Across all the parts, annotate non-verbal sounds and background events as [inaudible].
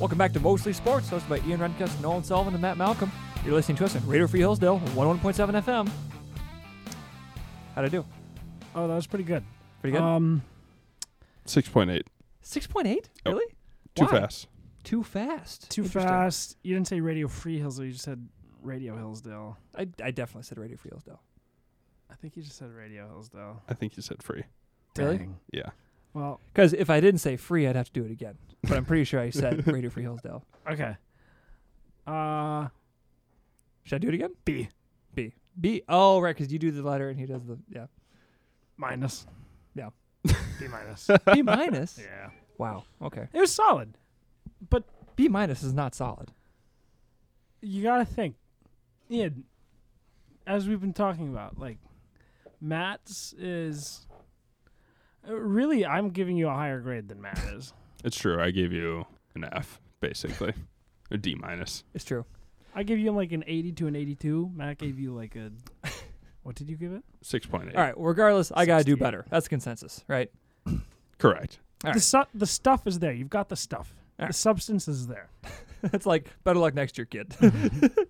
Welcome back to Mostly Sports, hosted by Ian Renkes, Nolan Sullivan, and Matt Malcolm. You're listening to us on Radio Free Hillsdale, 101.7 FM. How'd I do? Oh, that was pretty good. Pretty good? Um, Six point eight. 6.8? oh, Really? Too Why? fast. Too fast. too Interesting. fast. You didn't say Radio Free Hillsdale. You just said Radio Hillsdale. I, I definitely said Radio Free Hillsdale. I think you just said Radio Hillsdale. I think you said free. Really? Dang. Yeah. Well, Because if I didn't say free, I'd have to do it again. But I'm pretty sure I [laughs] said Radio Free Hillsdale. okay. Uh, Should I do it again? B B. B. Oh, right, because you do the letter and he does the. Yeah. minus. [laughs] Yeah. B [laughs] minus. [laughs] B minus? yeah. Wow. Okay. It was solid, but B minus is not solid. you gotta think. Yeah. As we've been talking about, like, Matt's is. uh, Really, I'm giving you a higher grade than Matt is. It's true. I gave you an F, basically. [laughs] a D minus. It's true. I give you like an 80 to an 82. Matt gave you like [laughs] a. What did you give it? Six point eight. All right. Regardless, I got to do 68. better. That's the consensus, right? Correct. All The, right. su- the stuff is there. You've got the stuff. All right. The substance is there. it's like better luck next year, kid.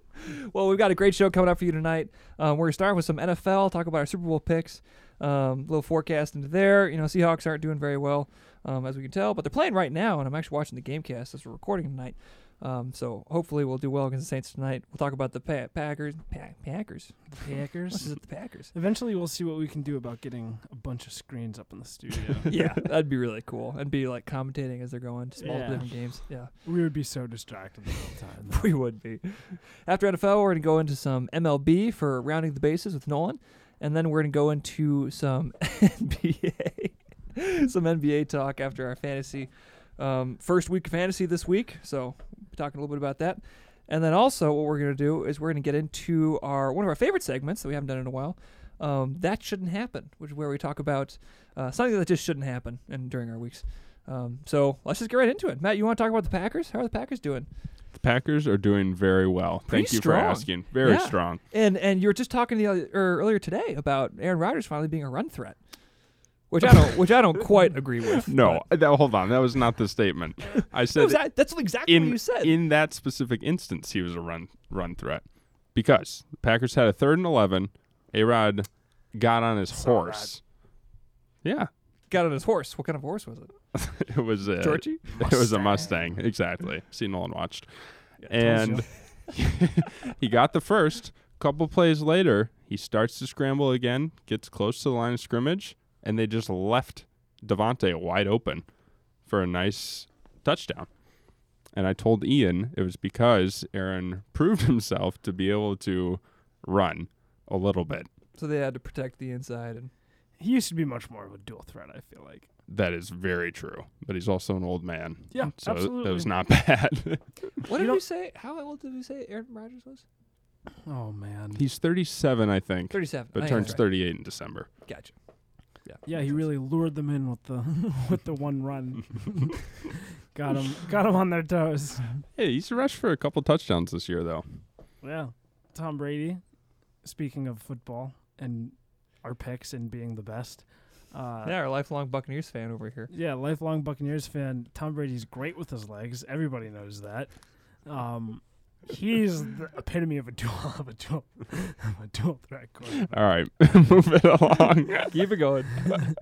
[laughs] well, we've got a great show coming up for you tonight. Um, we're gonna start with some NFL, talk about our Super Bowl picks, um, little forecast into there. You know, Seahawks aren't doing very well, um, as we can tell, but they're playing right now, and I'm actually watching the GameCast as we're recording tonight. Um, so hopefully we'll do well against the Saints tonight. We'll talk about the pa- Packers, pa- Packers. What's Packers. it, the Packers? [laughs] Eventually, we'll see what we can do about getting a bunch of screens up in [laughs] the studio. yeah, that'd be really cool, and be like commentating as they're going, just multiple Yeah. different games. Yeah. we would be so distracted the whole time. [laughs] we would be. After NFL, we're going to go into some MLB for rounding the bases with Nolan, and then we're going to go into some [laughs] NBA, some NBA talk after our fantasy um, first week of fantasy this week. So, we'll be talking a little bit about that, and then also what we're going to do is we're going to get into our one of our favorite segments that we haven't done in a while. Um, that shouldn't happen, which is where we talk about uh, something that just shouldn't happen and during our weeks. Um, so let's just get right into it. Matt, you want to talk about the Packers? How are the Packers doing? The Packers are doing very well. Pretty Thank you strong. for asking. Very Yeah. strong. And and you were just talking the other, or earlier today about Aaron Rodgers finally being a run threat, which I don't which I don't quite agree with. No, that, hold on. That was not the statement. I but- No, said [laughs] that- that's exactly in what you said. in that specific instance, he was a run run threat because the Packers had a third and eleven. A Rod got on his Saw horse. Yeah, [laughs] Got on his horse. What kind of horse was it? it was a Uh, Georgie? [laughs] It was a Mustang, exactly. See, Nolan watched, and he got the first. Couple plays later, he starts to scramble again, gets close to the line of scrimmage, and they just left Devontae wide open for a nice touchdown. And I told Ian it was because Aaron [laughs] proved himself to be able to run a little bit. So they had to protect the inside and he used to be much more of a dual threat, I feel like. That is very true, but he's also an old man. Yeah, so absolutely. that was not [laughs] bad. what You did know- we say? How old did we say Aaron Rodgers was? Oh, man. he's 37, I think, Thirty-seven. but I think turns that's right. 38 in December. Gotcha. Yeah. yeah, he really lured them in with the [laughs] with the one [laughs] run. [laughs] got him got him on their toes. Hey, he's rushed for a couple touchdowns this year, though. Yeah. Tom Brady, speaking of football and our picks and being the best. Uh, Yeah, our lifelong Buccaneers fan over here. yeah, lifelong Buccaneers fan. Tom Brady's great with his legs. Everybody knows that. Um, he's the epitome of a dual [laughs] of a dual of a dual threat quarterback. All right, [laughs] move it along. Keep it going. [laughs]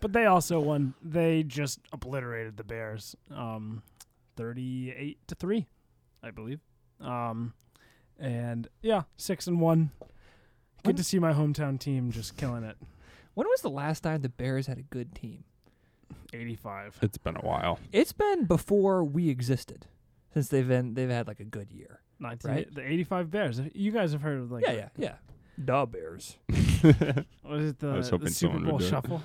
But they also won. They just obliterated the Bears, um, thirty-eight to three, I believe. Um, and yeah, six and one. Good to see my hometown team just killing it. When was the last time the Bears had a good team? Eighty-five. It's been a while. It's been before we existed. Since they've been they've had like a good year. 19, Right? The 85 Bears. You guys have heard of like yeah, yeah, yeah. Da Bears. was it the, was the hoping Super someone would Bowl do it. Shuffle?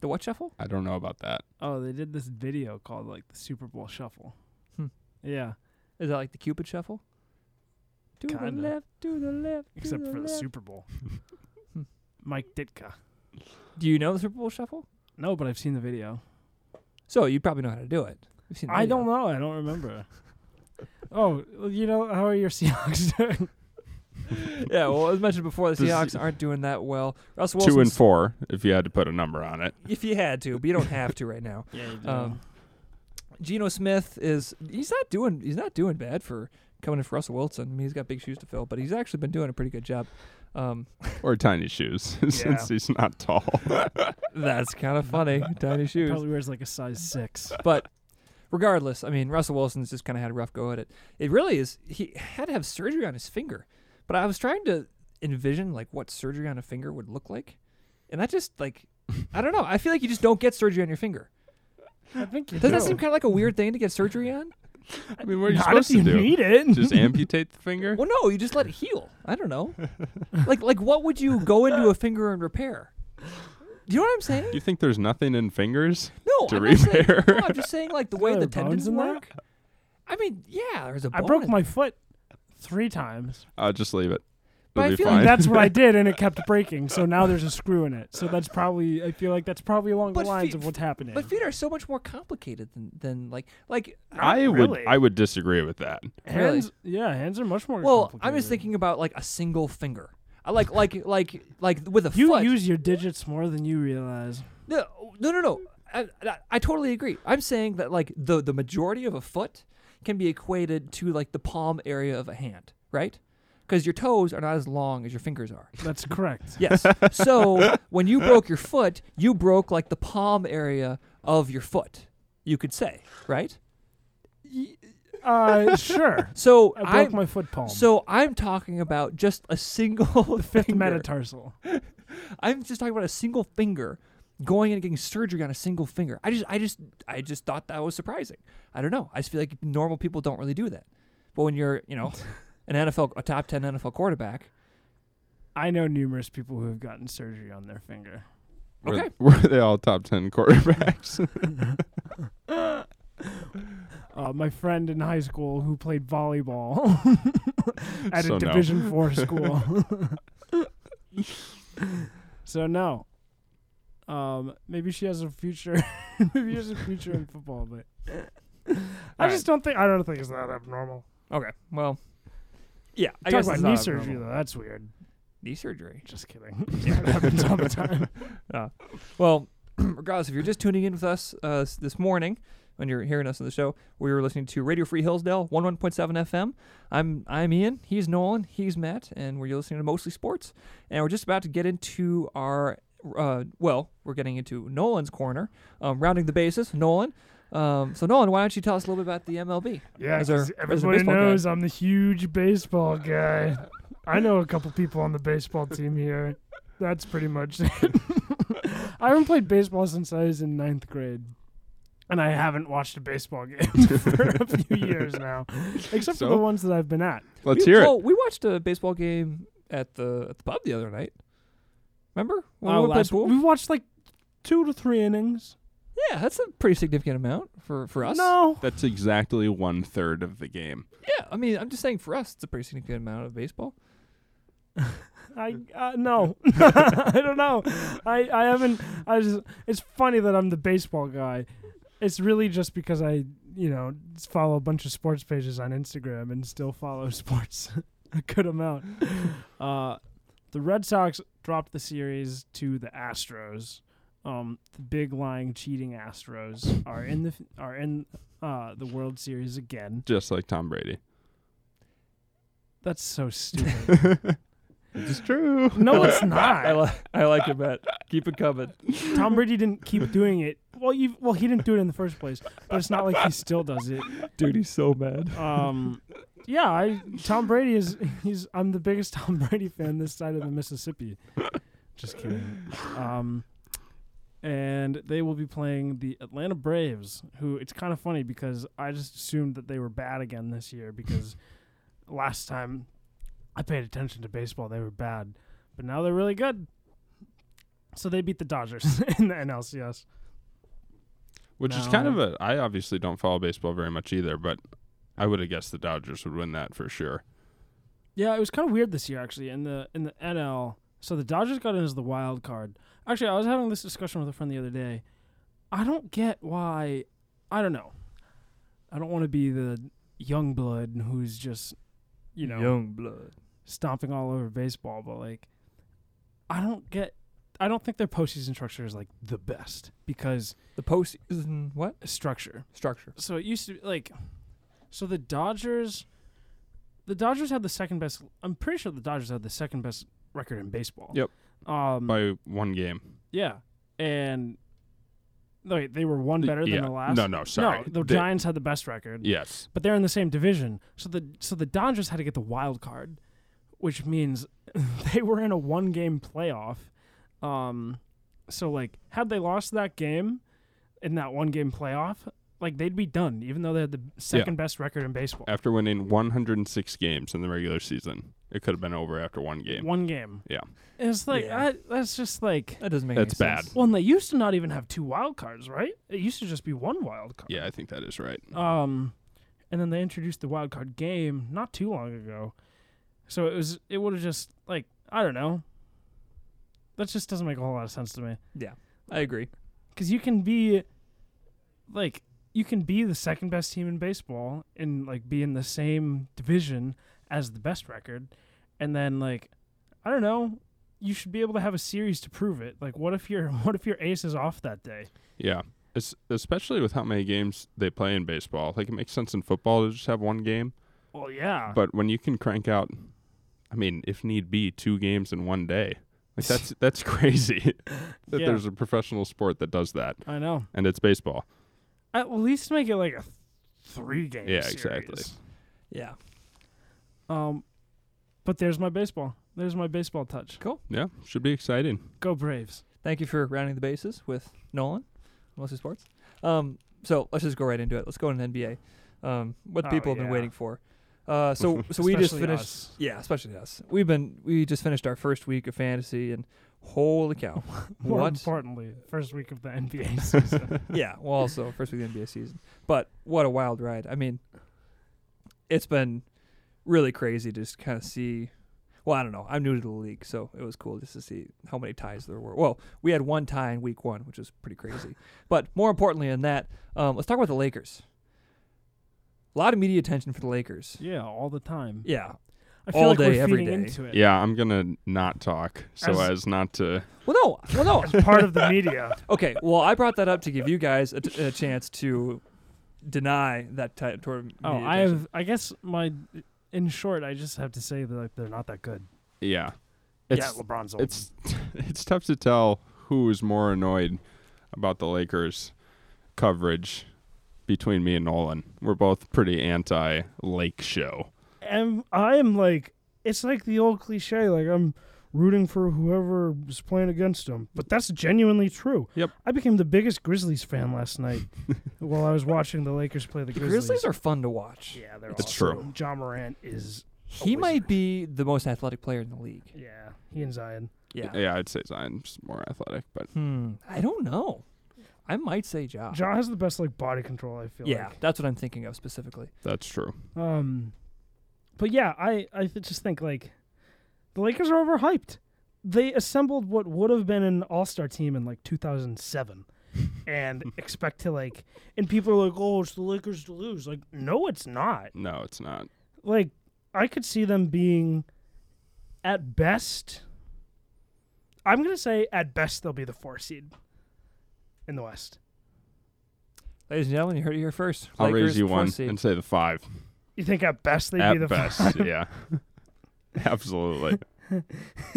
The what shuffle? I don't know about that. Oh, they did this video called like the Super Bowl Shuffle. Hmm. Yeah, Is that like the Cupid shuffle? To Kinda. the left, to the left. to except for the left. Super Bowl. [laughs] Hmm. Mike Ditka. Do you know the Super Bowl shuffle? No, but I've seen the video. So you probably know how to do it. You've seen the I video. don't know. I don't remember. oh, well, you know how are your [laughs] Seahawks doing? Yeah, well, as mentioned before, the This Seahawks is- aren't doing that well. Russell Wilson, Two and four, if you had to put a number on it. [laughs] [laughs] if you had to, but you don't have to right now. Yeah, you Um, Geno Smith is he's not doing he's not doing bad for coming in for Russell Wilson. I mean, he's got big shoes to fill, but he's actually been doing a pretty good job. Um, or tiny shoes [laughs] Yeah. since he's not tall. that's kind of funny, tiny shoes. Probably wears like a size six. But regardless, I mean, Russell Wilson's just kind of had a rough go at it. It really is. He had to have surgery on his finger, but I was trying to envision like what surgery on a finger would look like, and that just like I don't know. I feel like you just don't get surgery on your finger. I think you Doesn't that do. seem kind of like a weird thing to get surgery on? I mean, what are you Not supposed if you to [laughs] do? need it. Just amputate the finger? Well, no, you just let it heal. I don't [laughs] know. like, like what would you go into a finger and repair? You know what I'm saying? You think there's nothing in fingers? No, To I'm not saying- repair. no, I'm just saying like the way there the bones tendons in there? work. I mean, yeah, there's a I bone broke in- my foot three times. I'll just leave it. But I It'll be feel like fine. [laughs] That's what I did, and it kept breaking. So now there's a screw in it. So that's probably. I feel like that's probably along But the lines fe- of what's happening. But feet are so much more complicated than than like like I would really. I would disagree with that. Really? hands. Yeah, hands are much more. well, I'm just complicated. thinking about like a single finger. I like [laughs] like like like with a You foot. use your digits more than you realize. No, no, no, no. I, I, I totally agree. I'm saying that like the the majority of a foot can be equated to like the palm area of a hand, right? Because your toes are not as long as your fingers [laughs] are. That's correct. Yes. so when you broke your foot, you broke like the palm area of your foot. You could say, right? [laughs] Uh, sure. So I broke I'm- my foot palm. So I'm talking about just a single [laughs] fifth finger. metatarsal. I'm just talking about a single finger going and getting surgery on a single finger. I just I just I just thought that was surprising. I don't know. I just feel like normal people don't really do that. But when you're, you [laughs] know, an NFL a top 10 NFL quarterback, I know numerous people who have gotten surgery on their finger. Were- Okay. [laughs] Were, they all top ten [laughs] quarterbacks? [laughs] Uh, my friend in high school who played volleyball [laughs] at So no. a [laughs] Division Four school. [laughs] so no. Um, maybe she has a future. [laughs] maybe she has a future in football, but I All just don't think I don't think it's that abnormal. okay. Well, yeah, I Talk guess about it's knee not surgery abnormal. though. That's weird. Knee surgery. Just kidding. [laughs] It happens all the time. Well, [clears throat] regardless, if you're just tuning in with us uh, s- this morning, when you're hearing us on the show, we were listening to Radio Free Hillsdale, 11.7 FM. I'm I'm Ian, he's Nolan, he's Matt, and we're listening to Mostly Sports. And we're just about to get into our, uh, well, we're getting into Nolan's corner, um, rounding the bases, Nolan. Um, so Nolan, why don't you tell us a little bit about the MLB? Yeah, As our- 'cause as a everybody baseball guy. knows I'm the huge baseball guy. I know a couple people on the baseball team here. That's pretty much it. [laughs] I haven't played baseball since I was in ninth grade, and I haven't watched a baseball [laughs] game for a few years now, except So? for the ones that I've been at. Let's We- hear it. well, we watched a baseball game at the at the pub the other night. Remember? When we went by pool? Uh, we've watched like two to three innings. Yeah, that's a pretty significant amount for, for us. No, That's exactly one third of the game. Yeah, I mean, I'm just saying for us, it's a pretty significant amount of baseball. I uh, [laughs] no, [laughs] I don't know. I I haven't. I just. It's funny that I'm the baseball guy. It's really just because I you know follow a bunch of sports pages on Instagram and still follow [laughs] sports a good amount. Uh, the Red Sox dropped the series to the Astros. Um, the big lying, cheating Astros are in the are in uh, the World Series again. Just like Tom Brady. That's so stupid. [laughs] It's true. no, [laughs] it's not. li- I like it, Matt. Keep it coming. Tom Brady didn't keep doing it. Well, you well he didn't do it in the first place, but it's not like he still does it. Dude, he's so mad. Um, yeah, I Tom Brady is [laughs] he's I'm the biggest Tom Brady fan this side of the Mississippi. Just kidding. Um, and they will be playing the Atlanta Braves, who it's kind of funny because I just assumed that they were bad again this year because [laughs] last time I paid attention to baseball they were bad, but now they're really good. So they beat the Dodgers [laughs] in the NLCS. Which is No. kind of a. I obviously don't follow baseball very much either, but I would have guessed the Dodgers would win that for sure. Yeah, it was kind of weird this year actually in the in the NL. So the Dodgers got in as the wild card. Actually, I was having this discussion with a friend the other day. I don't get why. I don't know. I don't want to be the young blood who's just, you know, young blood. stomping all over baseball, but like, I don't get. I don't think their postseason structure is like the best because The postseason what structure. structure? So it used to be like, so the Dodgers, the Dodgers had the second best. I'm pretty sure the Dodgers had the second best record in baseball. Yep. Um. by one game. yeah. And no, wait, they were one better yeah. than the last. No, no, sorry. No, the They- Giants had the best record. Yes. but they're in the same division. So the so the Dodgers had to get the wild card, which means [laughs] they were in a one game playoff. Um, so like had they lost that game in that one game playoff, like they'd be done, even though they had the second best record in baseball. After winning 106 games in the regular season, it could have been over after one game. One game. Yeah. And it's like Yeah. that- that's just like That doesn't make That's any bad. sense. well, and they used to not even have two wild cards, right? It used to just be one wild card. Yeah, I think that is right. Um, and then they introduced the wild card game not too long ago, so it was it would have just like I don't know. That just doesn't make a whole lot of sense to me I agree. because you can be, like, you can be the second best team in baseball and like be in the same division as the best record, and then like I don't know. You should be able to have a series to prove it. Like, what if your [laughs] what if your ace is off that day? Yeah. Es- especially with how many games they play in baseball. Like, it makes sense in football to just have one game. Well, yeah, But when you can crank out, I mean, if need be, two games in one day. Like that's that's crazy [laughs] that Yeah. there's a professional sport that does that, I know. and it's baseball. At least make it like a th- three game. Yeah, exactly. series. Yeah. Um, but there's my baseball. There's my baseball touch. Yeah, should be exciting. Go Braves. Thank you for rounding the bases with Nolan, mostly sports. Um, so let's just go right into it. Let's go into NBA. Um, what Oh, people have been yeah. waiting for. Uh, [laughs] so so we just Especially finished. us. Yeah, especially us. We've been we just finished our first week of fantasy, and holy cow! More what? importantly, first week of [laughs] the NBA season. yeah, well, also first week of the NBA season. But what a wild ride! I mean, it's been really crazy to just kind of see. Well, I don't know. I'm new to the league, so it was cool just to see how many ties there were. Well, we had one tie in week one, which was pretty [laughs] crazy. but more importantly than that, um, let's talk about the Lakers. A lot of media attention for the Lakers. yeah, all the time. Yeah. I feel all like day, we're every feeding day. into it. Yeah, I'm gonna not talk so as, As- not to. Well, no. Well, no. [laughs] As part of the media. Okay, well, I brought that up to give you guys a, t- a chance to deny that type toward media oh, I attention. have. I guess my. In short, I just have to say that like, they're not that good. Yeah, it's yeah, LeBron's old. it's [laughs] it's tough to tell who is more annoyed about the Lakers coverage between me and Nolan. We're both pretty anti Lake Show. I'm, I'm like, it's like the old cliche. Like I'm rooting for whoever was playing against him, but that's genuinely true. Yep. I became the biggest Grizzlies fan last night while I was watching the Lakers play the The Grizzlies. Grizzlies are fun to watch. yeah, they're It's awesome. true. John Morant is. He wizard. might be the most athletic player in the league. Yeah, he and Zion. Yeah. Yeah, I'd say Zion's more athletic, but Hmm. I don't know. I might say Ja. John has the best like body control. I feel. yeah, that's what I'm thinking of specifically. that's true. Like. Um, but yeah, I I th- just think like, the Lakers are overhyped. They assembled what would have been an All Star team in like 2007, and expect to like, and people are like, oh, it's the Lakers to lose. Like, no, it's not. No, it's not. like I could see them being at best I'm going to say at best they'll be the 4 seed in the west. Ladies and gentlemen, you heard it here first. I'll raise Lakers, you fourth one seed. and say the five You think at best they'd be the at four- best. yeah, [laughs] absolutely. [laughs]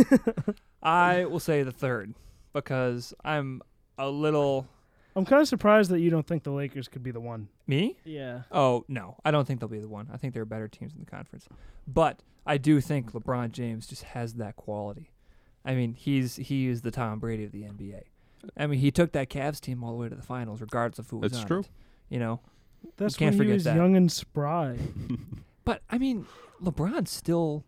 I will say the third because I'm a little I'm kind of surprised that you don't think the Lakers could be the one. me. Yeah. Oh no, I don't think they'll be the one. I think there are better teams in the conference, but I do think LeBron James just has that quality. I mean, he's he is the Tom Brady of the NBA. I mean, he took that Cavs team all the way to the finals, regardless of who was That's on true. it, You know, That's can't when forget he was that. young and spry. but I mean, LeBron's still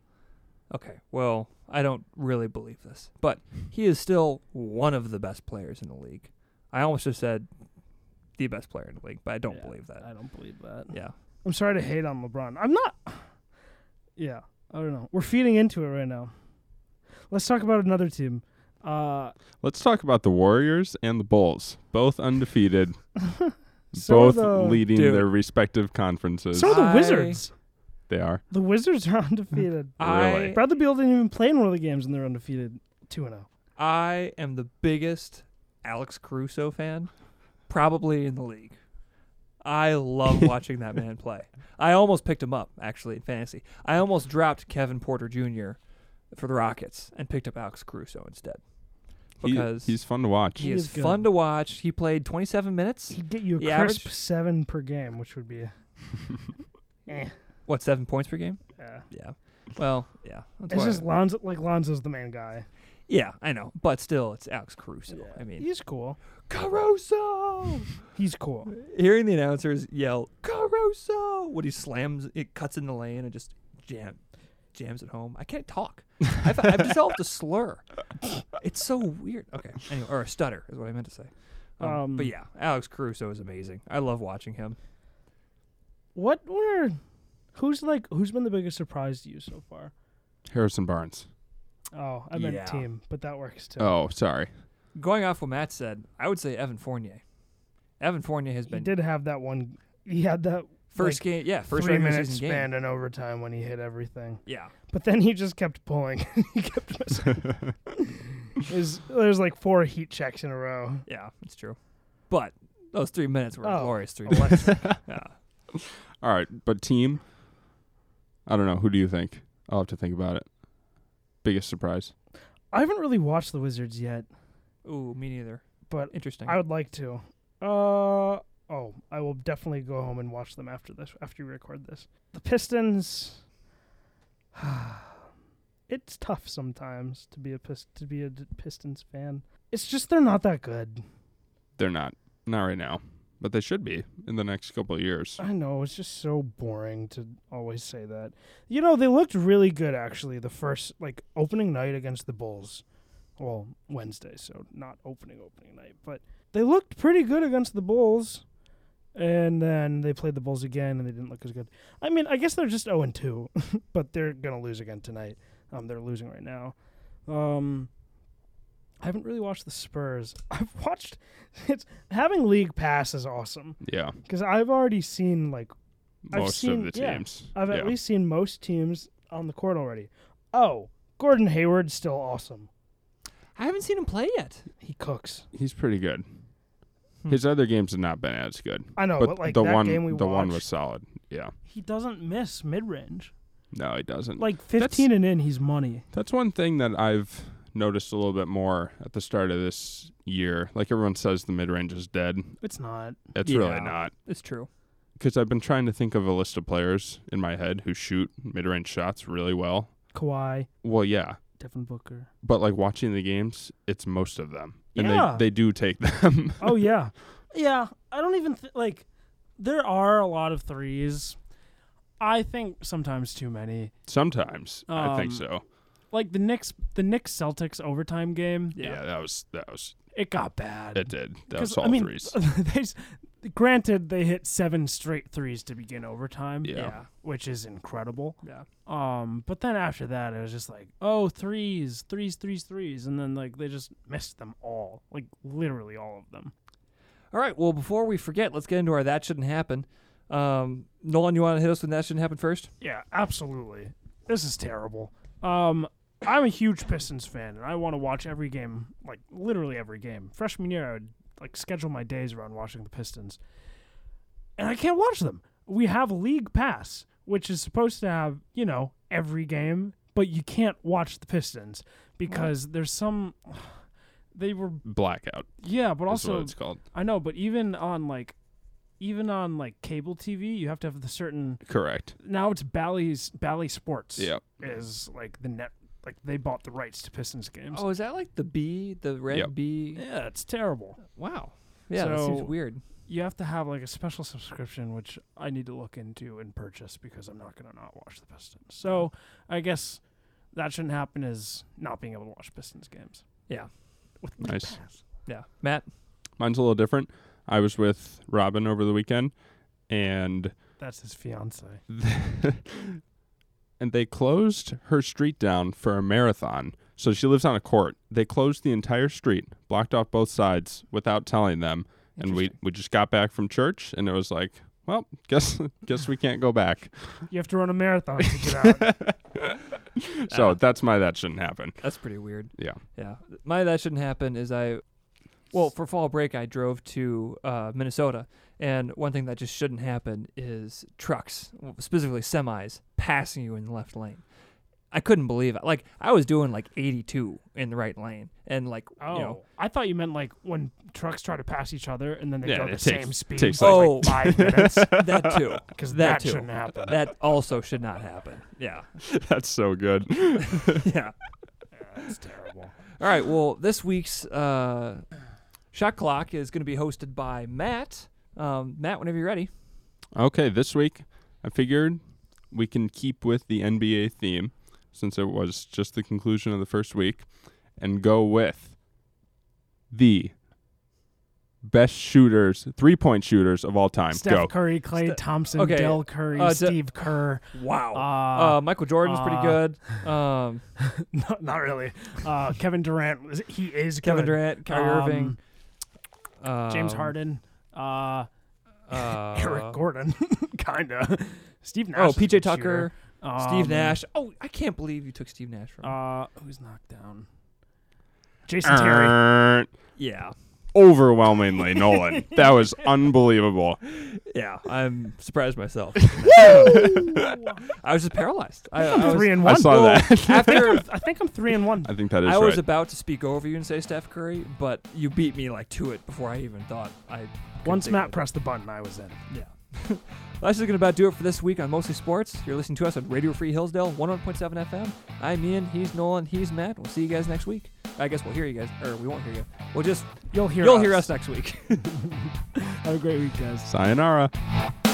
okay. Well, I don't really believe this, but he is still one of the best players in the league. I almost just said the best player in the league, but I don't Yeah, believe that. I don't believe that. yeah. I'm sorry to hate on LeBron. I'm not [sighs] Yeah, I don't know. We're feeding into it right now. Let's talk about another team. Uh Let's talk about the Warriors and the Bulls, both undefeated, [laughs] so both the, leading Dude. their respective conferences. So are the I- Wizards. they are. The Wizards are [laughs] undefeated. Really? I Bradley Beal didn't even play in one of the games, and oh. they're undefeated, two and zero. I am the biggest Alex Caruso fan, probably in the league. I [laughs] love watching that man play. I almost picked him up actually in fantasy. I almost dropped Kevin Porter Jr. for the Rockets and picked up Alex Caruso instead. He- Because he's fun to watch. he He is, is good. fun to watch. He played 27 minutes. He'd get you a The crisp average? seven per game, which would be. A, eh, What, seven points per game? yeah. Yeah. Well, yeah. That's It's why- just Lonzo. Like Lonzo's the main guy. yeah, I know. But still, it's Alex Caruso. I mean, he's cool. Caruso! He's cool. Hearing the announcers yell, Caruso! When he slams, it cuts in the lane and just jam, jams it home. I can't talk. I've, I've developed a slur. It's so weird. Okay. Anyway, or a stutter is what I meant to say. Um, Um, but yeah, Alex Caruso is amazing. I love watching him. What were? Who's like? Who's been the biggest surprise to you so far? Harrison Barnes. Oh, I meant Yeah. team, but that works too. Oh, sorry. Going off what Matt said, I would say Evan Fournier. Evan Fournier has he been did have that one. He had that first game. Yeah, first three regular minute season game. span in overtime when he hit everything. Yeah, But then he just kept pulling. [laughs] he kept missing. There's- there's like four heat checks in a row. yeah, it's true. But those three minutes were Oh. glorious [laughs] three minutes. Electric. Yeah. All right, but team. I don't know. Who do you think? I'll have to think about it. Biggest surprise. I haven't really watched the Wizards yet, Ooh, me neither. but Interesting. I would like to. Uh oh, I will definitely go home and watch them after this. After you record this, the Pistons. [sighs] it's tough sometimes to be a pist- to be a d- Pistons fan. It's just they're not that good. They're not. Not right now, but they should be in the next couple of years. I know it's just so boring to always say that. You know they looked really good actually the first like opening night against the Bulls. Well, Wednesday, so not opening opening night, but they looked pretty good against the Bulls. And then they played the Bulls again, and they didn't look as good. I mean, I guess they're just zero and two, [laughs] but they're gonna lose again tonight. Um, they're losing right now. Um, I haven't really watched the Spurs. [laughs] I've watched. It's having league pass is awesome Yeah, because I've already seen like I've most seen- of the yeah. teams. I've Yeah. at least seen most teams on the court already. Oh, Gordon Hayward's still awesome. I haven't seen him play yet. He cooks. He's pretty good. Hmm. His other games have not been as good, I know, but, but, like the that one, game we the watched, one was solid. Yeah. he doesn't miss mid range. No, he doesn't. Like fifteen and in, he's money. That's one thing that I've noticed a little bit more at the start of this year. Like everyone says, the mid range is dead. It's not. It's Yeah. really not. It's true. Because I've been trying to think of a list of players in my head who shoot mid range shots really well. Kawhi, Well, yeah. Devin Booker. But like watching the games, it's most of them. And Yeah. they, they do take [laughs] them. [laughs] Oh yeah, yeah. I don't even th- like. There are a lot of threes. I think sometimes too many. Sometimes. I think Um, so. Like the Knicks, the Knicks Celtics overtime game. Yeah. that was that was it got bad. it did. That 'Cause, was all I mean, threes. [laughs] they s- granted they hit seven straight threes to begin overtime. Yeah. Yeah. which is incredible. Yeah. Um, but then after that, it was just like, oh, threes, threes, threes, threes, and then like they just missed them all, like literally all of them. All right. Well, before we forget, let's get into our that shouldn't happen. Um, Nolan, you want to hit us with that shouldn't happen first? Yeah, absolutely. This is terrible. Um, I'm a huge Pistons fan, and I want to watch every game, like literally every game. Freshman year, I would like schedule my days around watching the Pistons, and I can't watch them. We have League Pass, which is supposed to have you know every game, but you can't watch the Pistons because there's some. They were Blackout yeah, but is what also it's called. I know, but even on like, even on like cable TV, you have to have the certain. Correct. Now it's Bally's Bally Sports Yeah. is like the net like they bought the rights to Pistons games. Oh, is that like the B, the red Yep. B? Yeah, it's terrible. Wow. Yeah, that seems So- weird. You have to have like a special subscription, which I need to look into and purchase because I'm not gonna not watch the Pistons. So I guess that shouldn't happen is not being able to watch Pistons games. Yeah. With Nice. Yeah. Matt, Mine's a little different. I was with Robin over the weekend and [laughs] That's his fiance. [laughs] and they closed her street down for a marathon. So she lives on a court. They closed the entire street, blocked off both sides without telling them. And we, we just got back from church and it was like, [laughs] well, guess guess we can't go back. [laughs] You have to run a marathon to get out. so that's my that shouldn't happen. [laughs] That's pretty weird. Yeah. Yeah. My that shouldn't happen is I well, for fall break I drove to uh, Minnesota and one thing that just shouldn't happen is trucks, specifically semis, passing you in the left lane. I couldn't believe it. Like I was doing like 82 in the right lane and like Oh, you know I thought you meant like when trucks try to pass each other and then they Yeah, go it the takes- same speed. takes, for, like, like [laughs] five minutes that too. because Oh. That that, too. shouldn't happen. That also should not happen. Yeah. [laughs] That's so good. Yeah. That's terrible. All right. Well, this week's uh, shot clock is going to be hosted by Matt. Um, Matt, whenever you're ready. Okay, this week I figured we can keep with the NBA theme since it was just the conclusion of the first week and go with the best shooters, three point shooters of all time. Steph go. Curry, Clay Ste- Thompson, okay, Del Curry, uh, d- Steve Kerr. Wow. Uh, Uh, Michael Jordan was pretty uh, good. Um, [laughs] not, not really. Uh, Kevin Durant. was- He is Kevin good. Durant, Kyrie Irving, um, um, James Harden, uh, uh, [laughs] Eric Gordon, kinda. Steve Nash. Oh, is a PJ good Tucker, shooter. Um, Steve Nash. Oh, I can't believe you took Steve Nash from. me. Uh, who's knocked down? Jason Terry. yeah. [laughs] Overwhelmingly, Nolan. That was unbelievable. Yeah. I'm surprised [laughs] myself. [laughs] I was just paralyzed. I, I was, Three and I one. saw that. after [laughs] I think I'm three and one. I think that is I was right. about to speak over you and say Steph Curry, but you beat me like to it before I even thought I. could Once think Matt of it. pressed the button, I was in. Yeah. [laughs] Well, That's just going to about do it for this week on Mostly Sports. You're listening to us on Radio Free Hillsdale, 101.7 FM. I'm Ian, he's Nolan, he's Matt. We'll see you guys next week. I guess we'll hear you guys, or we won't hear you. We'll just, You'll hear. you'll [laughs] us. hear us next week. Have a great week, guys. Sayonara.